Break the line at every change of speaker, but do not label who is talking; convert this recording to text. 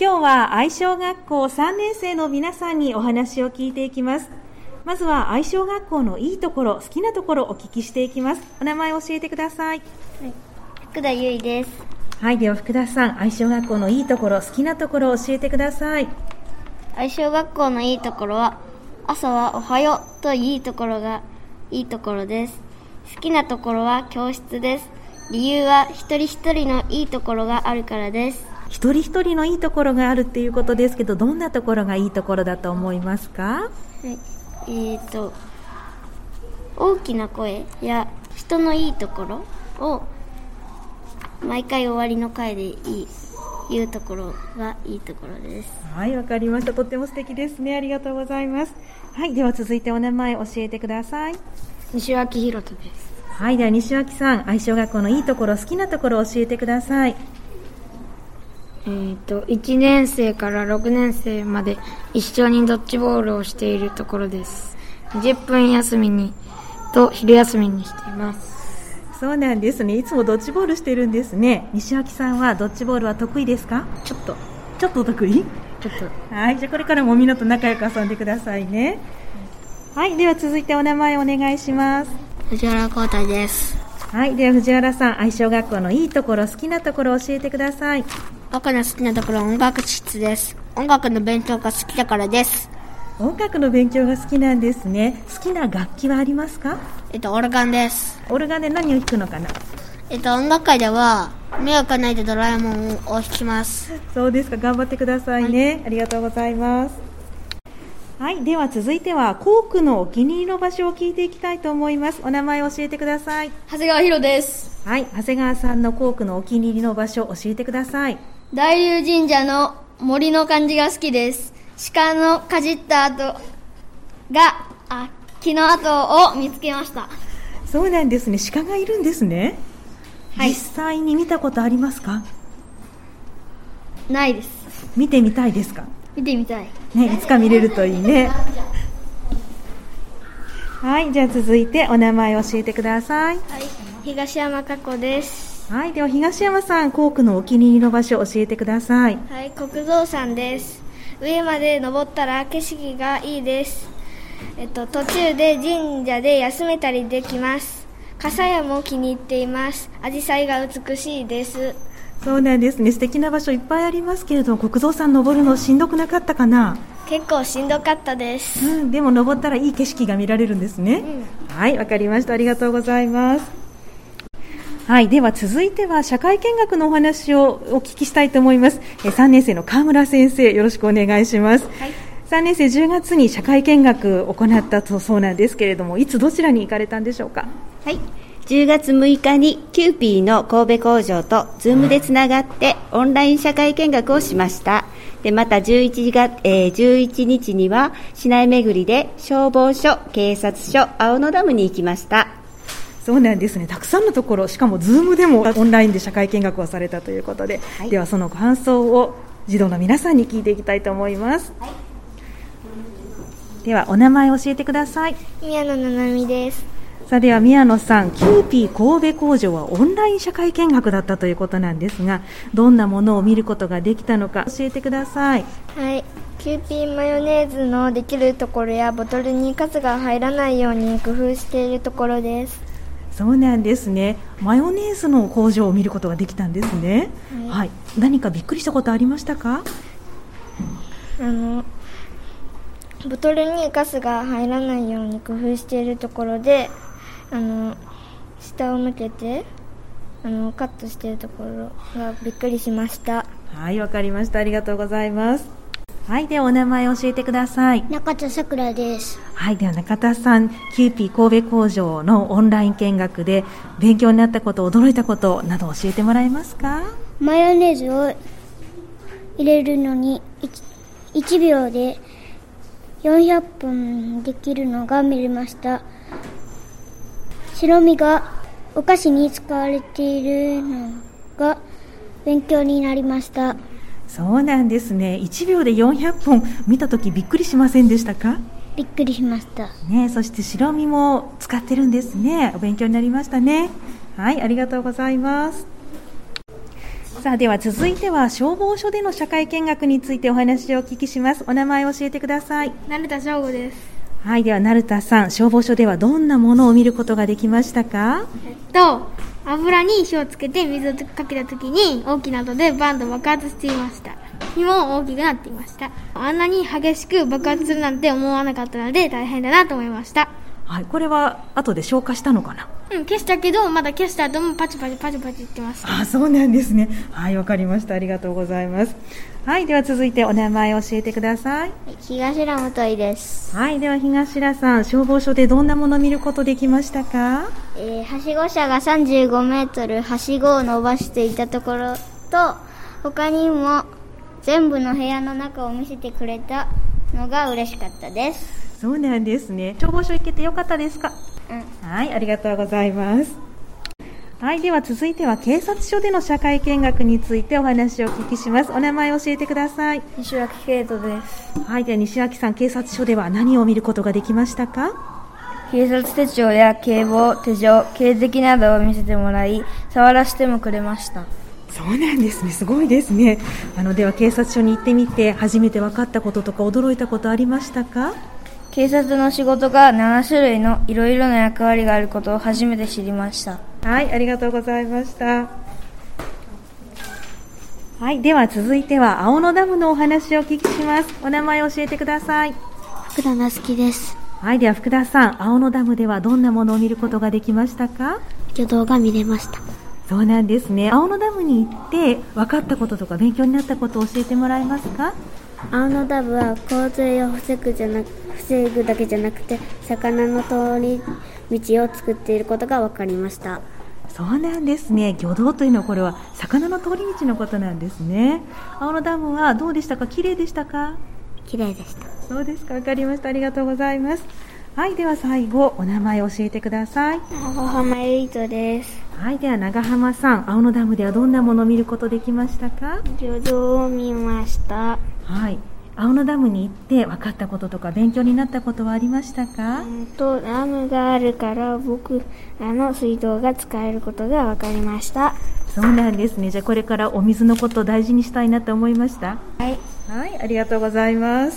今日は愛小学校3年生の皆さんにお話を聞いていきますまずは愛小学校のいいところ好きなところをお聞きしていきますお名前を教えてください
はい、福田優衣です。
はいでは福田さん愛小学校のいいところ好きなところを教えてください
愛小学校のいいところは、朝はおはようといいところがいいところです。好きなところは教室です。理由は一人一人のいいところがあるからです。
一人一人のいいところがあるっていうことですけどどんなところがいいところだと思いますか
はい、えっ、ー、と、大きな声や人のいいところを毎回終わりの回でいい、言うところがいいところです。
はいわかりましたとっても素敵ですねありがとうございますはいでは続いてお名前教えてください
西脇弘人です。
はいでは西脇さん愛小学校のいいところ好きなところを教えてください
えー、と1年生から6年生まで一緒にドッジボールをしているところです20分休みにと昼休みにしています
そうなんですねいつもドッジボールしてるんですね西脇さんはドッジボールは得意ですか
ちょっと
ちょっと得意
ちょっと
はいじゃあこれからもみんなと仲良く遊んでくださいねはいでは続いてお名前お願いします
藤原浩太です。
はい、では藤原さん、愛小学校のいいところ、好きなところを教えてください。
僕の好きなところは音楽室です。音楽の勉強が好きだからです。
音楽の勉強が好きなんですね。好きな楽器はありますか
えっと、オルガンです。
オルガンで何を弾くのかな
えっと、音楽会では、目をかないでドラえもんを弾きます。
そうですか、頑張ってくださいね。ありがとうございます。はい、では続いては、校区のお気に入りの場所を聞いていきたいと思います。お名前を教えてください。
長谷川博です
はい、長谷川さんの校区のお気に入りの場所、教えてください。
大龍神社の森の感じが好きです鹿のかじった跡があ木の跡を見つけました
そうなんですね、鹿がいるんですね。
はい
実際に見たことありますか
ないです
見てみたいですか
見てみたい
ね、いつか見れるといいね。はい、じゃあ続いてお名前を教えてください。
東山佳子です。
はい、では東山さん、校区のお気に入りの場所を教えてください。
はい、国蔵山です。上まで登ったら景色がいいです。えっと、途中で神社で休めたりできます。笠屋も気に入っています。紫陽花が美しいです。
そうなんですね、素敵な場所いっぱいありますけれども、国蔵山登るのしんどくなかったかな。
結構しんどかったです。
うん、でも登ったらいい景色が見られるんですね。はい、わかりました。ありがとうございます。はい、では続いては社会見学のお話をお聞きしたいと思います。えー3年生の川村先生、よろしくお願いします。3年生10月に社会見学を行ったとそうなんですけれども、いつどちらに行かれたんでしょうか。
はい、10月6日にキューピーの神戸工場と Zoom でつながってオンライン社会見学をしましたでまた11時が、えー11日には市内巡りで消防署警察署青野ダムに行きました
そうなんですね。たくさんのところ、しかもズームでもオンラインで社会見学をされたということで、
はい
ではそのご感想を児童の皆さんに聞いていきたいと思います。ではお名前を教えてください。
宮野七海です。
さあでは宮野さん、キューピー神戸工場はオンライン社会見学だったということなんですが、どんなものを見ることができたのか教えてください。
はい、キューピーマヨネーズのできるところやボトルに数が入らないように工夫しているところです。
そうなんですね。マヨネーズの工場を見ることができたんですね。はい。何かびっくりしたことありましたか？
あのボトルにガスが入らないように工夫しているところで、あの下を向けてあのカットしているところがびっくりしました。
はい、わかりました。ありがとうございます。はい、ではお名前を教えてください。
中田さくらです。
はい、では中田さん、キューピー神戸工場のオンライン見学で勉強になったこと、驚いたことなど教えてもらえますか？
マヨネーズを入れるのに 1, 秒で400分できるのが見れました白身がお菓子に使われているのが勉強になりました
そうなんですね。1秒で400本見たときびっくりしませんでしたか？
びっくりしました
ね、そして白身も使ってるんですね。お勉強になりましたね。はい、ありがとうございます。さあでは続いては消防署での社会見学についてお話をお聞きしますお名前を教えてください
成田翔吾です。
はいでは成田さん消防署ではどんなものを見ることができましたか
と、油に火をつけて水をかけた時に大きな音でバンと爆発していました。火も大きくなっていました。あんなに激しく爆発するなんて思わなかったので大変だなと思いました。
はいこれは後で消化したのかな
うん、消したけど、まだ消した後もパチパチパチパチ言ってます。
あそうなんですねはいわかりましたありがとうございますはいでは続いてお名前を教えてください
東浦元井です。
はいでは東平さん消防署でどんなものを見ることできましたか
えー、はしご車が35メートルはしごを伸ばしていたところと他にも全部の部屋の中を見せてくれたのが嬉しかったです
そうなんですね消防署行けてよかったですか
う
はいありがとうございますはいでは続いては警察署での社会見学についてお話をお聞きしますお名前を教えてください
西脇圭人です。
はいでは西脇さん警察署では何を見ることができましたか
警察手帳や警棒、手錠、警笛などを見せてもらい、触らせてもくれました。
そうなんですねすごいですねあのでは警察署に行ってみて初めて分かったこととか驚いたことありましたか
警察の仕事が7種類のいろいろな役割があることを初めて知りました。
はい、ありがとうございました。はい、では続いては青野ダムのお話をお聞きします。お名前を教えてください。
福田夏樹です。
はい、では福田さん、青野ダムではどんなものを見ることができましたか
挙動が見れました。
そうなんですね。青野ダムに行って分かったこととか勉強になったことを教えてもらえますか
青のダブは洪水を防ぐじゃなく防ぐだけじゃなくて魚の通り道を作っていることが分かりました
そうなんですね。魚道というのはこれは魚の通り道のことなんですね。青野ダムはどうでしたか綺麗でしたか
綺麗でした
そうですか、わかりました。ありがとうございます。はい、では最後、お名前を教えてください。
長浜ゆいとです
はい、では長浜さん、青野ダムではどんなものを見ることできましたか
漁場を見ました
はい。青野ダムに行って分かったこととか勉強になったことはありましたか
うんとダムがあるから僕らの水道が使えることが分かりました
そうなんですね。じゃあこれからお水のことを大事にしたいなと思いました。はい。はい、ありがとうございます。